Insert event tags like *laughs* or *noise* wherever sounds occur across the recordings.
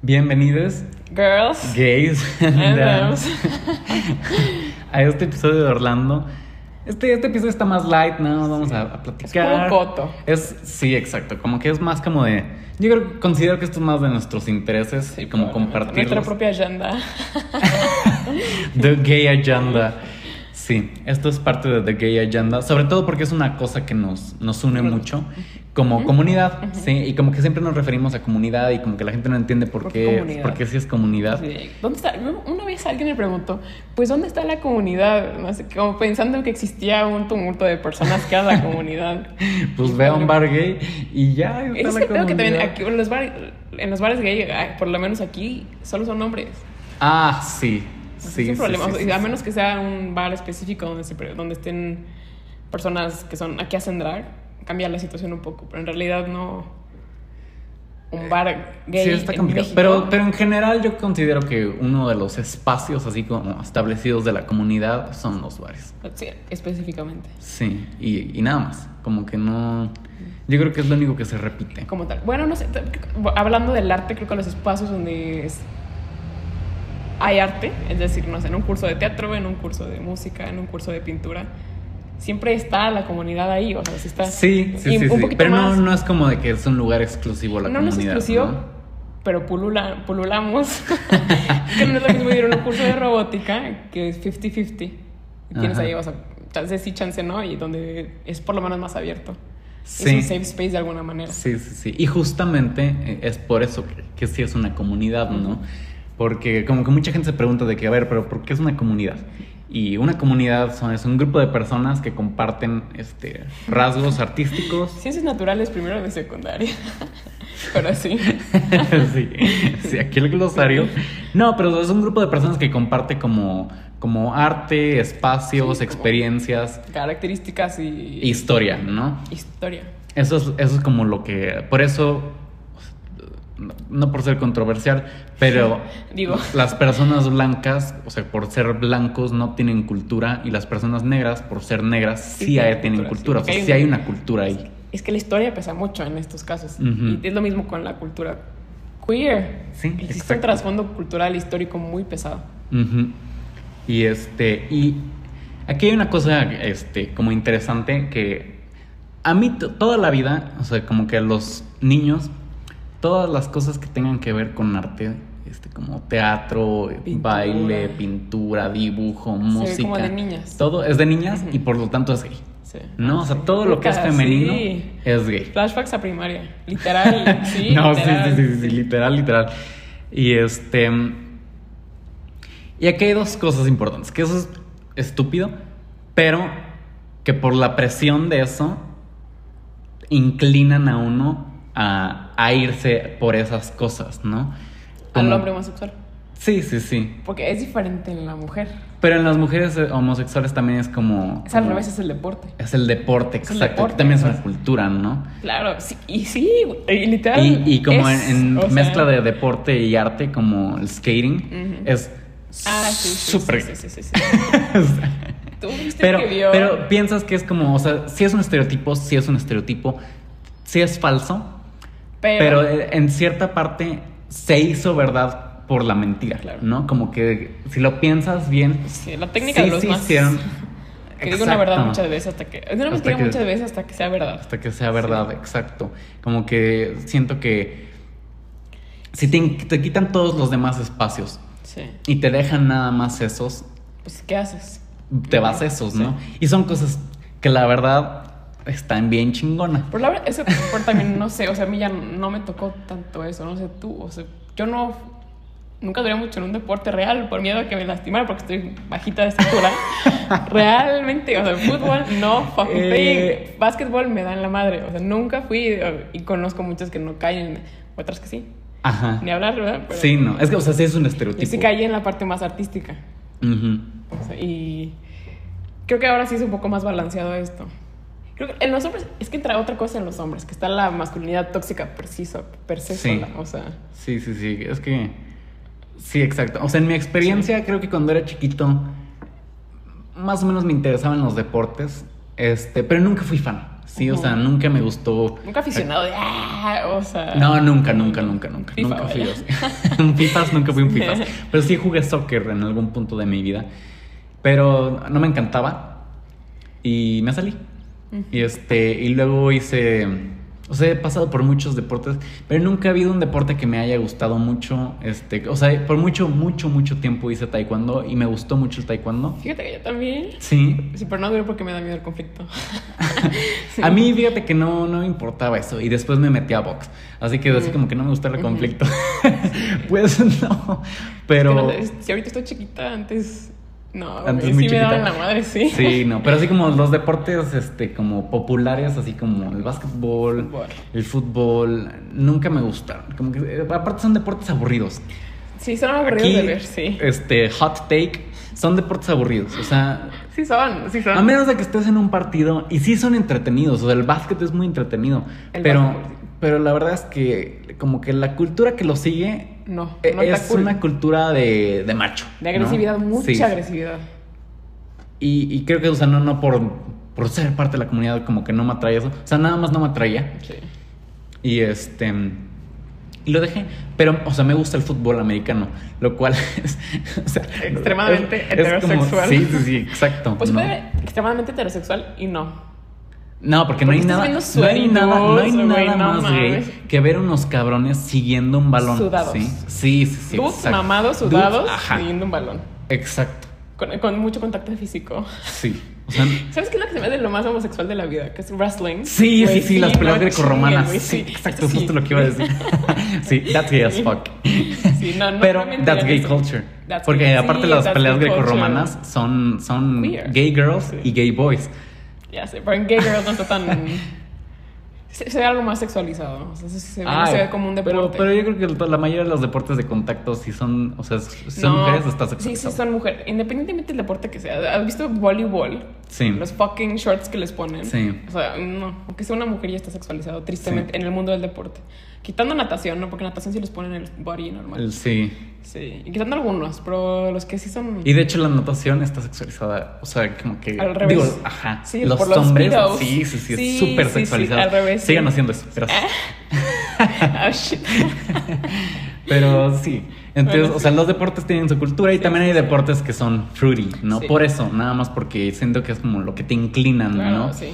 Bienvenidos, Girls. gays, *laughs* and a *laughs* girls. a este episodio de Orlando. Este, este episodio está más light, ¿no? Vamos a, a platicar. Es puro coto. Es- sí, exacto. Como que es más como de. Yo creo, considero que esto es más de nuestros intereses y como compartirlos. Nuestra propia agenda. *laughs* The Gay Agenda. Sí, esto es parte de The Gay Agenda, sobre todo porque es una cosa que nos, nos une mucho como comunidad, sí, y como que siempre nos referimos a comunidad y como que la gente no entiende por, ¿Por qué qué, comunidad? por qué sí es comunidad. Así de, ¿Dónde está? Una vez alguien me preguntó, pues ¿dónde está la comunidad? No sé, como pensando que existía un tumulto de personas que era *laughs* la comunidad. Pues ve a un bar gay y ya. ahí está Ese es la el pedo que también comunidad. aquí, en, los bares, en los bares gay, ah, por lo menos aquí, solo son hombres. Ah, sí. Ese Sí, Pues es un sí, problema. sí, O sea, sí, a sí. menos que sea un bar específico donde, se pre- donde estén personas que son aquí hacen drag, cambia la situación un poco. Pero en realidad no. Un bar gay. Eh, Sí, está en complicado. México- Pero, pero en general yo considero que uno de los espacios así como establecidos de la comunidad son los bares. Sí, específicamente. Sí, y, y nada más. Como que no. Yo creo que es lo único que se repite. Como tal. Bueno, no sé. t- creo- Hablando del arte, creo que los espacios donde es- hay arte, es decir, no sé, en un curso de teatro, en un curso de música, en un curso de pintura. Siempre está la comunidad ahí, o sea, sí está. Sí, sí, y sí. un sí. poquito Pero no, más- no es como de que es un lugar exclusivo la no, no es comunidad. exclusivo, ¿no? pero pulula- pululamos. *laughs* que no es lo mismo ir a un curso de robótica que es 50-50. Y Tienes Ajá. ahí, o sea, chance sí, chance no, y donde es por lo menos más abierto. Sí. Es un safe space de alguna manera. Sí, sí, sí. Y justamente eh, es por eso que, que sí es una comunidad, ¿no? Porque como que mucha gente se pregunta de que, a ver, pero ¿por qué es una comunidad? Y una comunidad son, es un grupo de personas que comparten este, rasgos artísticos. *laughs* Ciencias naturales primero de secundaria. *laughs* pero sí. sí, sí, aquí el glosario. No, pero es un grupo de personas que comparte como, como arte, espacios, Sí, como- experiencias, Características y. historia, ¿no? Historia. Eso es, eso es como lo que. Por eso. No por ser controversial, pero *laughs* Digo. las personas blancas, o sea, por ser blancos no tienen cultura y las personas negras, por ser negras, sí, Sí tienen hay- tienen cultura, cultura, sí, porque o sea, hay sí hay una- una cultura ahí. Es que la historia pesa mucho en estos casos. Ujú. Y es lo mismo con la cultura queer. Sí, Existe exacto. un trasfondo cultural histórico muy pesado. Ujú. Y este, y aquí hay una cosa, este, como interesante que a mí to- toda la vida, o sea, como que a los niños, todas las cosas que tengan que ver con arte, este, como teatro, Pintura. baile, pintura, dibujo, ve música, como de niñas. todo es de niñas y por lo tanto es gay. Sí. No, o sea, todo lo que es Puta, femenino sí. es gay. Flashbacks a primaria. *laughs* Literal. Sí. no, sí, literal. sí, sí, sí, sí, literal, literal. Y este. Y aquí hay dos cosas importantes: que eso es estúpido, pero que por la presión de eso inclinan a uno a, a irse por esas cosas, ¿no? Al Como- hombre homosexual. Sí, sí, sí. Porque es diferente en la mujer. Pero en las mujeres eh, homosexuales también es como. Es al como- revés, es el deporte. Es el deporte, Es el exacto. que deporte, también es pues. una cultura, ¿no? Claro, sí, y sí, güey, y literal. *laughs* Y, y como es, en, en o sea, mezcla de deporte y arte, como el skating, Ujú. es Ah, sí, sí. súper. Sí, gay. sí, sí. sí, sí. *laughs* O sea, Tú viste pero, que vio. pero piensas que es como, o sea, si es un estereotipo, si es un estereotipo, si es falso, pero, eh, en cierta parte se hizo verdad por la mentira, Claro. ¿no? Como que si lo piensas bien, Sí, la técnica de los sí más. hicieron. *laughs* Que digo una verdad Exacto. muchas veces hasta que. Es una Hasta mentira que- muchas veces hasta que sea verdad. Hasta que sea verdad, exacto. Como que siento que si te, te quitan todos los demás espacios Sí. y te dejan nada más esos, Pues, ¿qué haces? te vas a esos, ¿no? Y son cosas que la verdad están bien chingona. Por la verdad, eso por también no sé, o sea, a mí ya no me tocó tanto eso, no sé tú, o sea, yo no, nunca duré mucho en un deporte real por miedo a que me lastimara porque estoy bajita *laughs* de estatura. Realmente, o sea, fútbol no, fucking Eh. thing. básquetbol me dan la madre, o sea, nunca fui o- y conozco muchas que no caen, otras que sí, Ajá. ni hablar, ¿verdad? Pero Sí, no. Es que, o sea, sí es un Yo estereotipo. sí caí en la parte más artística, Ujú. o sea, y creo que ahora sí es un poco más balanceado esto. Creo que en los hombres, es que entra otra cosa en los hombres, que está la masculinidad tóxica per sí, so- per se Sí. sola, o sea. Sí, sí, sí. Es que. Sí, exacto. O sea, en mi experiencia, creo que cuando era chiquito, más o menos me interesaban los deportes. Este, pero nunca fui fan. Sí, o Ujú. sea, nunca me gustó. Nunca aficionado de. "Ah", o sea. No, nunca, nunca, nunca, nunca. FIFA, nunca fui vaya. así. *laughs* Un Fifas, nunca fui un Fifas. Pero sí jugué soccer en algún punto de mi vida. Pero no me encantaba. Y me salí. Y este, y luego hice. O sea, he pasado por muchos deportes, pero nunca ha habido un deporte que me haya gustado mucho. Este, o sea, por mucho, mucho, mucho tiempo hice taekwondo y me gustó mucho el taekwondo. Fíjate que yo también. Sí, Sí, pero no duré porque me da miedo el conflicto. *laughs* Sí. A mí, fíjate que no, no me importaba eso. Y después me metí a box. Así que así Mm. como que no me gusta el Ujú. conflicto. *laughs* pues no. Que Pero. no sé, si ahorita estoy chiquita, antes. No, Antes güey, muy sí me chiquita. daban la madre, sí. Sí, no. Pero así como los deportes este, como populares, así como el básquetbol, Fútbol. el fútbol, nunca me gustaron. Como que, eh, aparte son deportes aburridos. *laughs* Sí, son aburridos Aquí, de ver, sí. este, hot take, son deportes aburridos. O sea, Sí son, *laughs* sí son. A menos de que estés en un partido y sí son entretenidos, o sea, el básquet es muy entretenido, El pero básquetbol, sí. pero la verdad es que como que la cultura que lo sigue No, eh, no es está cool. una cultura de, de macho. De ¿no? agresividad, mucha Sí, sí. agresividad. Y, y creo que, o sea, no, no por, por ser parte de la comunidad como que no me atrae eso, o sea, nada más no me atraía. Sí. Y este. Y lo dejé. Pero, o sea, me gusta el fútbol americano. Lo cual *laughs* es. o sea, Extremadamente es- es como- heterosexual. sí, sí, sí, exacto. Pues no. puede ver extremadamente heterosexual y no. No, porque, no hay Porque estás nada. No hay nada, viendo no hay sueldos, güey, nada no más gay mames. que ver unos cabrones siguiendo un balón. Sudados. Sí, sí, sí. sí, Dudes exacto. mamados, Dudes, sudados, Ajá. siguiendo un balón. Exacto. Con, con mucho contacto físico. Sí. O *laughs* sea, ¿Sabes qué es lo que se me hace lo más homosexual de la vida? Que es wrestling. sí, Güey, sí, sí, las no peleas chinguen, grecorromanas. güey, Sí, exacto, sí. justo lo que iba a decir. *laughs* sí, that's gay as Sí. fuck. *laughs* Sí, no, no, Pero realmente that's ya gay no sé. culture. That's Porque gay- aparte sí, las that's peleas gay culture. grecorromanas son, son Queer. gay girls Sí. y gay boys. Ya sé, pero en Gay Girls no está tan. *laughs* se, se ve algo más sexualizado. O sea, se, se ve, no Ay, se ve como un deporte. Pero, pero yo creo que la mayoría de los deportes de contacto, si son, o sea, si son No, mujeres, está Sí, sexualizado. sí, son mujeres. Independientemente del deporte que sea. ¿Has visto voleibol? Sí. Los fucking shorts que les ponen. Sí. O sea, no. Aunque sea una mujer ya está sexualizado, tristemente, en el mundo del deporte. Quitando natación, ¿no? Porque natación sí les ponen el body normal. El- Sí. Sí. Y quitando algunos, pero los que sí son... Y de hecho la natación está sexualizada, o sea, como que Al revés. digo, ajá, Sí, los por los hombres, speedos. sí, sí, sí, Sí, es súper sí, sí, sexualizado. al revés, Sigan sí. haciendo eso, gracias. *laughs* Ah, shit. Pero sí, entonces, Bueno, o sea, los deportes tienen su cultura y Sí, también sí, hay sí. deportes que son fruity, ¿no? Sí. Por eso, nada más porque siento que es como lo que te inclinan, Claro, ¿no? sí.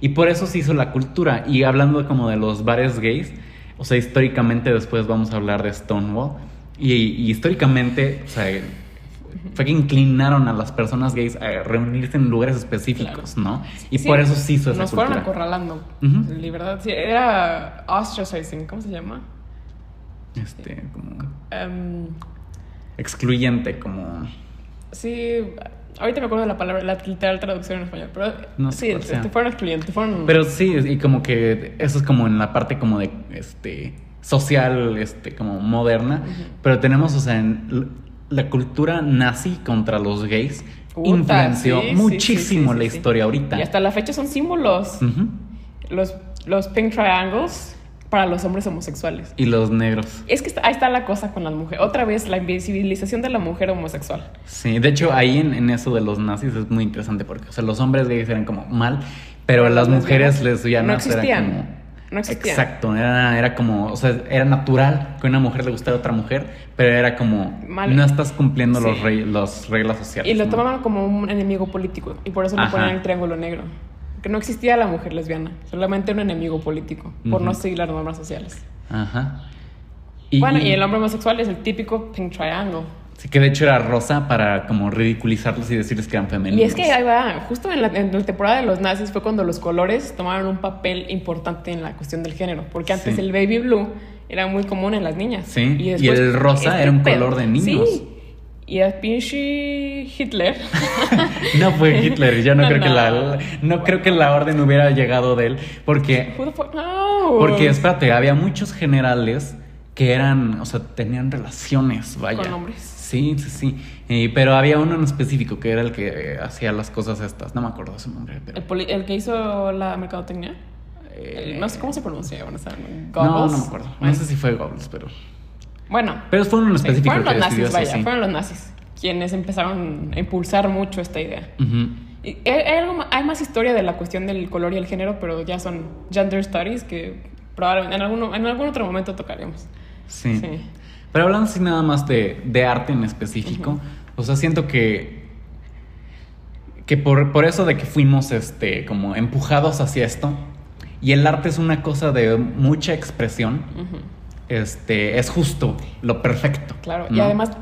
Y por eso se hizo la cultura. Y hablando como de los bares gays, o sea, históricamente después vamos a hablar de Stonewall. Y, y históricamente, o sea, fue que inclinaron a las personas gays a reunirse en lugares específicos, ¿no? Y Sí, por eso se hizo esa Nos cultura. fueron acorralando. Ujú. La verdad, sí. Era ostracizing. ¿Cómo se llama? Este, como Em, excluyente, como... sí... Ahorita me acuerdo de la palabra, la literal traducción en español, pero No sé sí, cuál sea. te fueron excluyentes, te fueron... Pero sí, y como que eso es como en la parte como de este social, este como moderna, pero tenemos, o sea, en l- la cultura nazi contra los gays Puta, influenció sí, sí, muchísimo sí, sí, la sí. historia ahorita. Y hasta la fecha son símbolos. Ujú. Los, los pink triangles para los hombres homosexuales. Y los negros. Es que está- ahí está la cosa con las mujeres. Otra vez, la invisibilización de la mujer homosexual. Sí, de hecho ahí en, en eso de los nazis es muy interesante porque, o sea, los hombres gays eran como mal, pero a las Las mujeres lesbianas lesbianas no era existían. como... No existía. Exacto, era, era como, o sea, era natural que una mujer le gustara a otra mujer, pero era como, Mal. no estás cumpliendo los Sí. rey- las reglas sociales. Y lo ¿no? tomaban como un enemigo político. Y por eso le Ajá. ponen el triángulo negro. Que no existía la mujer lesbiana. Solamente un enemigo político. Por no Ujú. seguir las normas sociales. Ajá. bueno, y el hombre homosexual es el típico pink triangle. Sí, que de hecho era rosa para como ridiculizarlos y decirles que eran femeninos. Y es que ahí va, justo en la, en la temporada de los nazis fue cuando los colores tomaron un papel importante en la cuestión del género, porque antes Sí. el baby blue era muy común en las niñas. este Sí, y el rosa era un color de niños. Sí, y el pinche Hitler. *laughs* No fue Hitler, yo no, *laughs* No, creo que no. la no creo que la orden hubiera llegado de él porque Who the fuck knows? porque espérate, había muchos generales que eran, o sea, tenían relaciones, vaya. Con hombres. Sí, sí, sí. Eh, pero había uno en específico que era el que eh, hacía las cosas estas. No me acuerdo su nombre, pero El, poli- el que hizo la mercadotecnia. eh, no sé cómo se pronuncia, honestamente. No, Goebbels. no me acuerdo. No Bueno, sé si fue Goebbels, pero bueno pero fue uno en sí, específico fueron el que los decidió nazis, eso, vaya, sí. fueron los nazis quienes empezaron a impulsar mucho esta idea. Ujú. Y Hay, hay algo, ma- hay más historia de la cuestión del color y el género, pero ya son gender studies que probablemente en, alguno, en algún otro momento tocaremos. Sí. Sí. Pero hablando así nada más de, de arte en específico, o sea, siento que. que por, por eso de que fuimos este, como empujados hacia esto, y el arte es una cosa de mucha expresión, Ujú. este, es justo, lo perfecto. Claro, y ¿no? además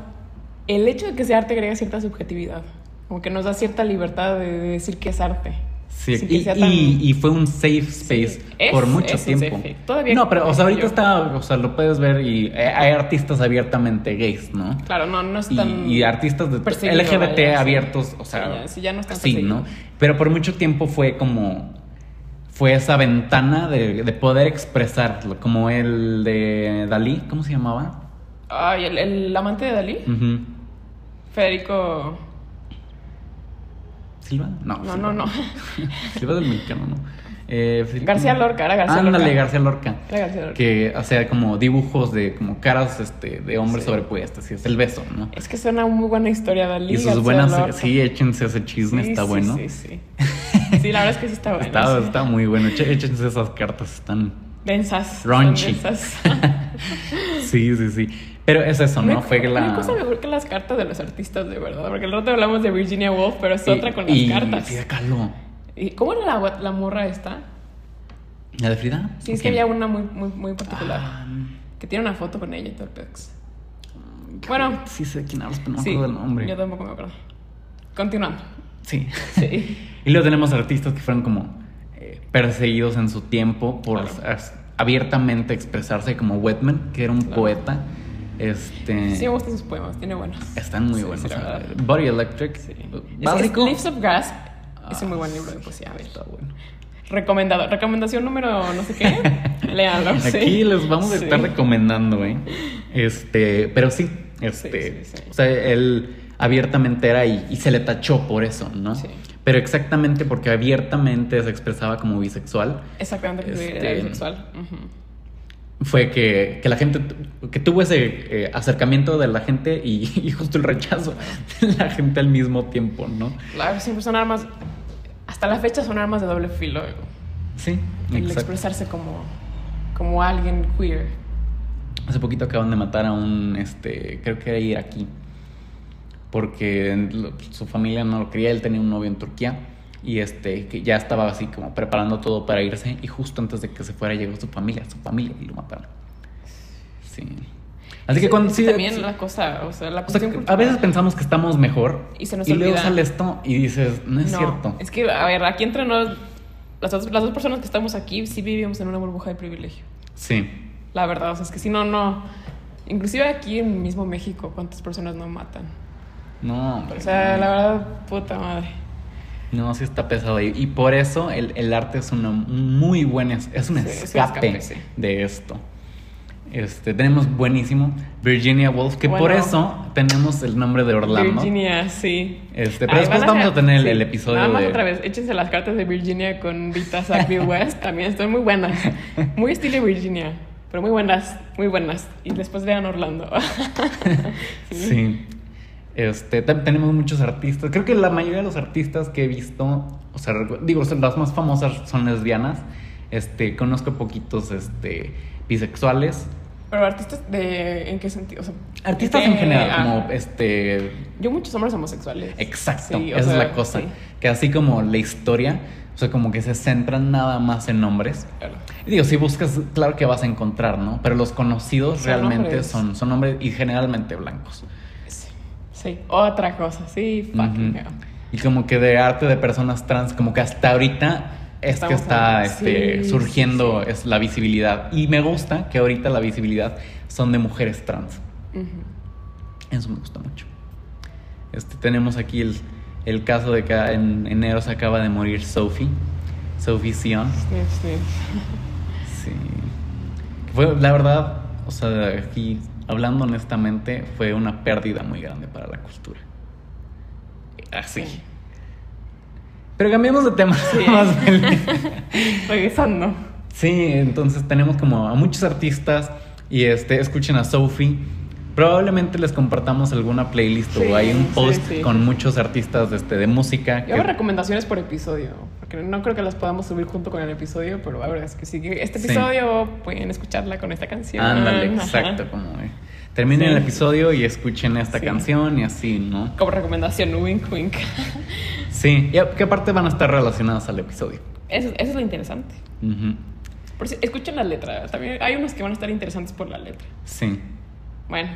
el hecho de que sea arte agrega cierta subjetividad, como que nos da cierta libertad de decir que es arte. Sí, sin que y, sea y- tan- y fue un safe space Sí, es- por mucho es un tiempo. safe space. Todavía no, pero o sea, ahorita yo- está, o sea, lo puedes ver y eh, hay artistas abiertamente gays, ¿no? Claro, no, no es Y, tan... y artistas de perseguido, LGBT vaya, sí. abiertos, o Sí, sea, ya- sí, ya no están sí, perseguidos. ¿no? Pero por mucho tiempo fue como fue esa ventana de, de poder expresarlo, como el de Dalí, ¿cómo se llamaba? Ay, el, el amante de Dalí, Ujú. Federico... Silva, no, No, Silva. no, no. *laughs* Silva del mexicano, no. Eh, Federico- García Lorca, era García Ándale, Lorca. García Lorca. *laughs* Era García Lorca. Que hacía como dibujos de como caras este, de hombres Sí. sobrepuestas, y es el beso, ¿no? Es que es una muy buena historia Dalí. y sus García buenas, Lorca. sí, échense ese chisme, Sí, está sí, bueno. *laughs* Sí, sí. Sí, la verdad es que sí está bueno. Está, sí. está muy bueno. Eche- Échense esas cartas, están. *laughs* Densas. son Raunchy. *laughs* densas. Sí, sí, sí. Pero es eso, ¿no? hay- Fue no hay la. cosa mejor que las cartas de los artistas, de verdad. Porque el rato hablamos de Virginia Woolf, pero es Y- otra con las y cartas. Frida Kahlo. ¿Y ¿Cómo era la, gua- la morra esta? ¿La de Frida? Sí, es Ok. que había una muy, muy, muy particular. Ah, Que tiene una foto con ella y todo el pex. creo Bueno. que Ah, Sí, sé de quién hablas, pero no sí, me acuerdo del nombre. Yo tampoco me acuerdo. Continuando. Sí. *laughs* Sí. Y luego tenemos artistas que fueron como eh, perseguidos en su tiempo por Claro. as- abiertamente expresarse, como Whitman, que era un Claro. poeta. Este. Sí, me gustan sus poemas, tiene buenos. Están muy Sí, buenos. sí, la o sea, verdad. Body Electric. Uh, Sí. Básico. Es, es Leaves of Grass es un muy Ah, buen libro de poesía. A ver. Está bueno. Recomendado. Recomendación número no *laughs* sé qué. Léanlo. sí. Aquí les vamos a Sí. estar recomendando, ¿eh? Este, pero sí, este, Sí, sí, sí. o sea, él abiertamente era y, y se le tachó por eso, ¿no? Sí. Pero exactamente porque abiertamente se expresaba como bisexual, Exactamente, que Este- era bisexual. Ujú. fue que, que la gente, tu- que tuvo ese eh, acercamiento de la gente y, *laughs* y justo el rechazo de la gente al mismo tiempo, ¿no? Claro, siempre son armas. Hasta la fecha son armas de doble filo. Sí, El exacto. expresarse como, como alguien queer. Hace poquito acaban de matar a un, este, creo que era iraquí, porque lo- su familia no lo quería, él tenía un novio en Turquía y este, que ya estaba así como preparando todo para irse y justo antes de que se fuera llegó su familia, su familia y lo mataron. Sí. Así que cuando sí, También sí, la cosa, o sea, la o sea, cuestión a cultural. veces pensamos que estamos mejor Y se nos luego olvida. sale esto y dices, no es No, cierto. Es que, a ver, aquí entre nos, las dos, las dos personas que estamos aquí sí vivimos en una burbuja de privilegio. Sí. La verdad, o sea, es que si no, no. Inclusive aquí en mismo México, ¿cuántas personas no matan? No, hombre. O sea, la verdad, puta madre. No, sí está pesado. Y, y por eso el, el arte es una muy buena. Es, es un Sí, es un escape, escape, sí. de esto. Este, tenemos buenísimo Virginia Woolf, que por Bueno. eso tenemos el nombre de Orlando. Virginia, sí. Este, pero Ahí después van vamos a tener el- sí. el episodio Nada más de- otra vez, échense las cartas de Virginia con *laughs* Rita Sackville West. También están muy buenas. Muy estilo Virginia, pero muy buenas, muy buenas. Y después vean Orlando. *laughs* Sí. Este, tam- tenemos muchos artistas. Creo que la mayoría de los artistas que he visto, o sea, recu- digo, son- las más famosas son lesbianas. Este, conozco poquitos este, bisexuales. Pero artistas de... ¿En qué sentido? O sea, Artistas eh, en general, ah, como este, Yo muchos hombres homosexuales. Exacto, Sí, o esa es sea, la cosa. sí, Que así como la historia, o sea, como que se centran nada más en nombres. claro. Y digo, si buscas, claro que vas a encontrar, ¿no? Pero los conocidos Son realmente hombres. son son hombres y generalmente blancos. Sí, sí, otra cosa, sí, fucking Ujú. hell. Y como que de arte de personas trans, como que hasta ahorita es que Estamos está hablando- este, sí, surgiendo sí, es la visibilidad. Y me gusta que ahorita la visibilidad son de mujeres trans. Ujú. Eso me gusta mucho. Este, tenemos aquí el, el caso de que en enero se acaba de morir Sophie. Sophie Sion. Sniff, sniff. Sí. Fue, la verdad, o sea, aquí hablando honestamente, fue una pérdida muy grande para la cultura. Así. Sí. Pero cambiamos de tema. Sí. *laughs* *laughs* más bien. Regresando. Sí, entonces tenemos como a muchos artistas y este escuchen a Sophie Probablemente les compartamos alguna playlist Sí, o hay un sí, post sí. con muchos artistas de, este, de música. Yo hago recomendaciones por episodio, porque no creo que las podamos subir junto con el episodio, pero la verdad es que sí. Este Sí. episodio pueden escucharla con esta canción. Ándale, Ajá. exacto. Como, eh, terminen Sí. el episodio y escuchen esta Sí. canción y así, ¿no? Como recomendación, wink wink. *laughs* Sí, y a- que aparte van a estar relacionadas al episodio. Eso, eso es lo interesante. Ujú, Por si- escuchen la letra. También hay unos que van a estar interesantes por la letra. Sí. Bueno,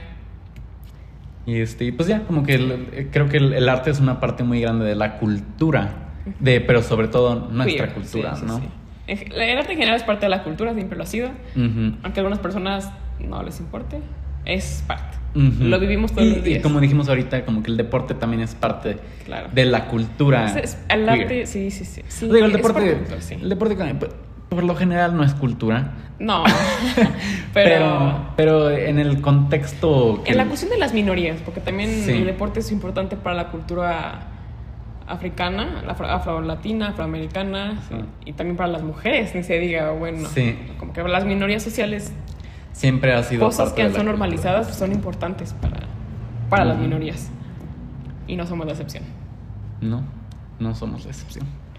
Y este, y pues ya, como que el- eh, creo que el, el arte es una parte muy grande de la cultura, de, pero sobre todo nuestra queer, cultura, sí, sí, ¿no? sí. En- El arte en general es parte de la cultura, siempre lo ha sido. Ujú. Aunque a algunas personas no les importe, es parte. Ujú. Lo vivimos todos y, los días. Y como dijimos ahorita, como que el deporte también es parte Claro. de la cultura. Es- es- el queer. arte, sí, sí, sí. Sí, Digo, el es por deporte, cultura, sí. el deporte con- por, por lo general no es *laughs* cultura, *laughs* No, pero... pero, pero en el contexto que En la cuestión de las minorías, porque también Sí. el deporte es importante para la cultura africana, afro- afro-latina, afroamericana, Sí. y también para las mujeres, ni se diga, bueno, Sí. como que las minorías sociales, siempre ha sido cosas parte que de son la cultura. normalizadas, pues, son importantes para, para las Ujú. minorías, y no somos la excepción. No, no somos la excepción.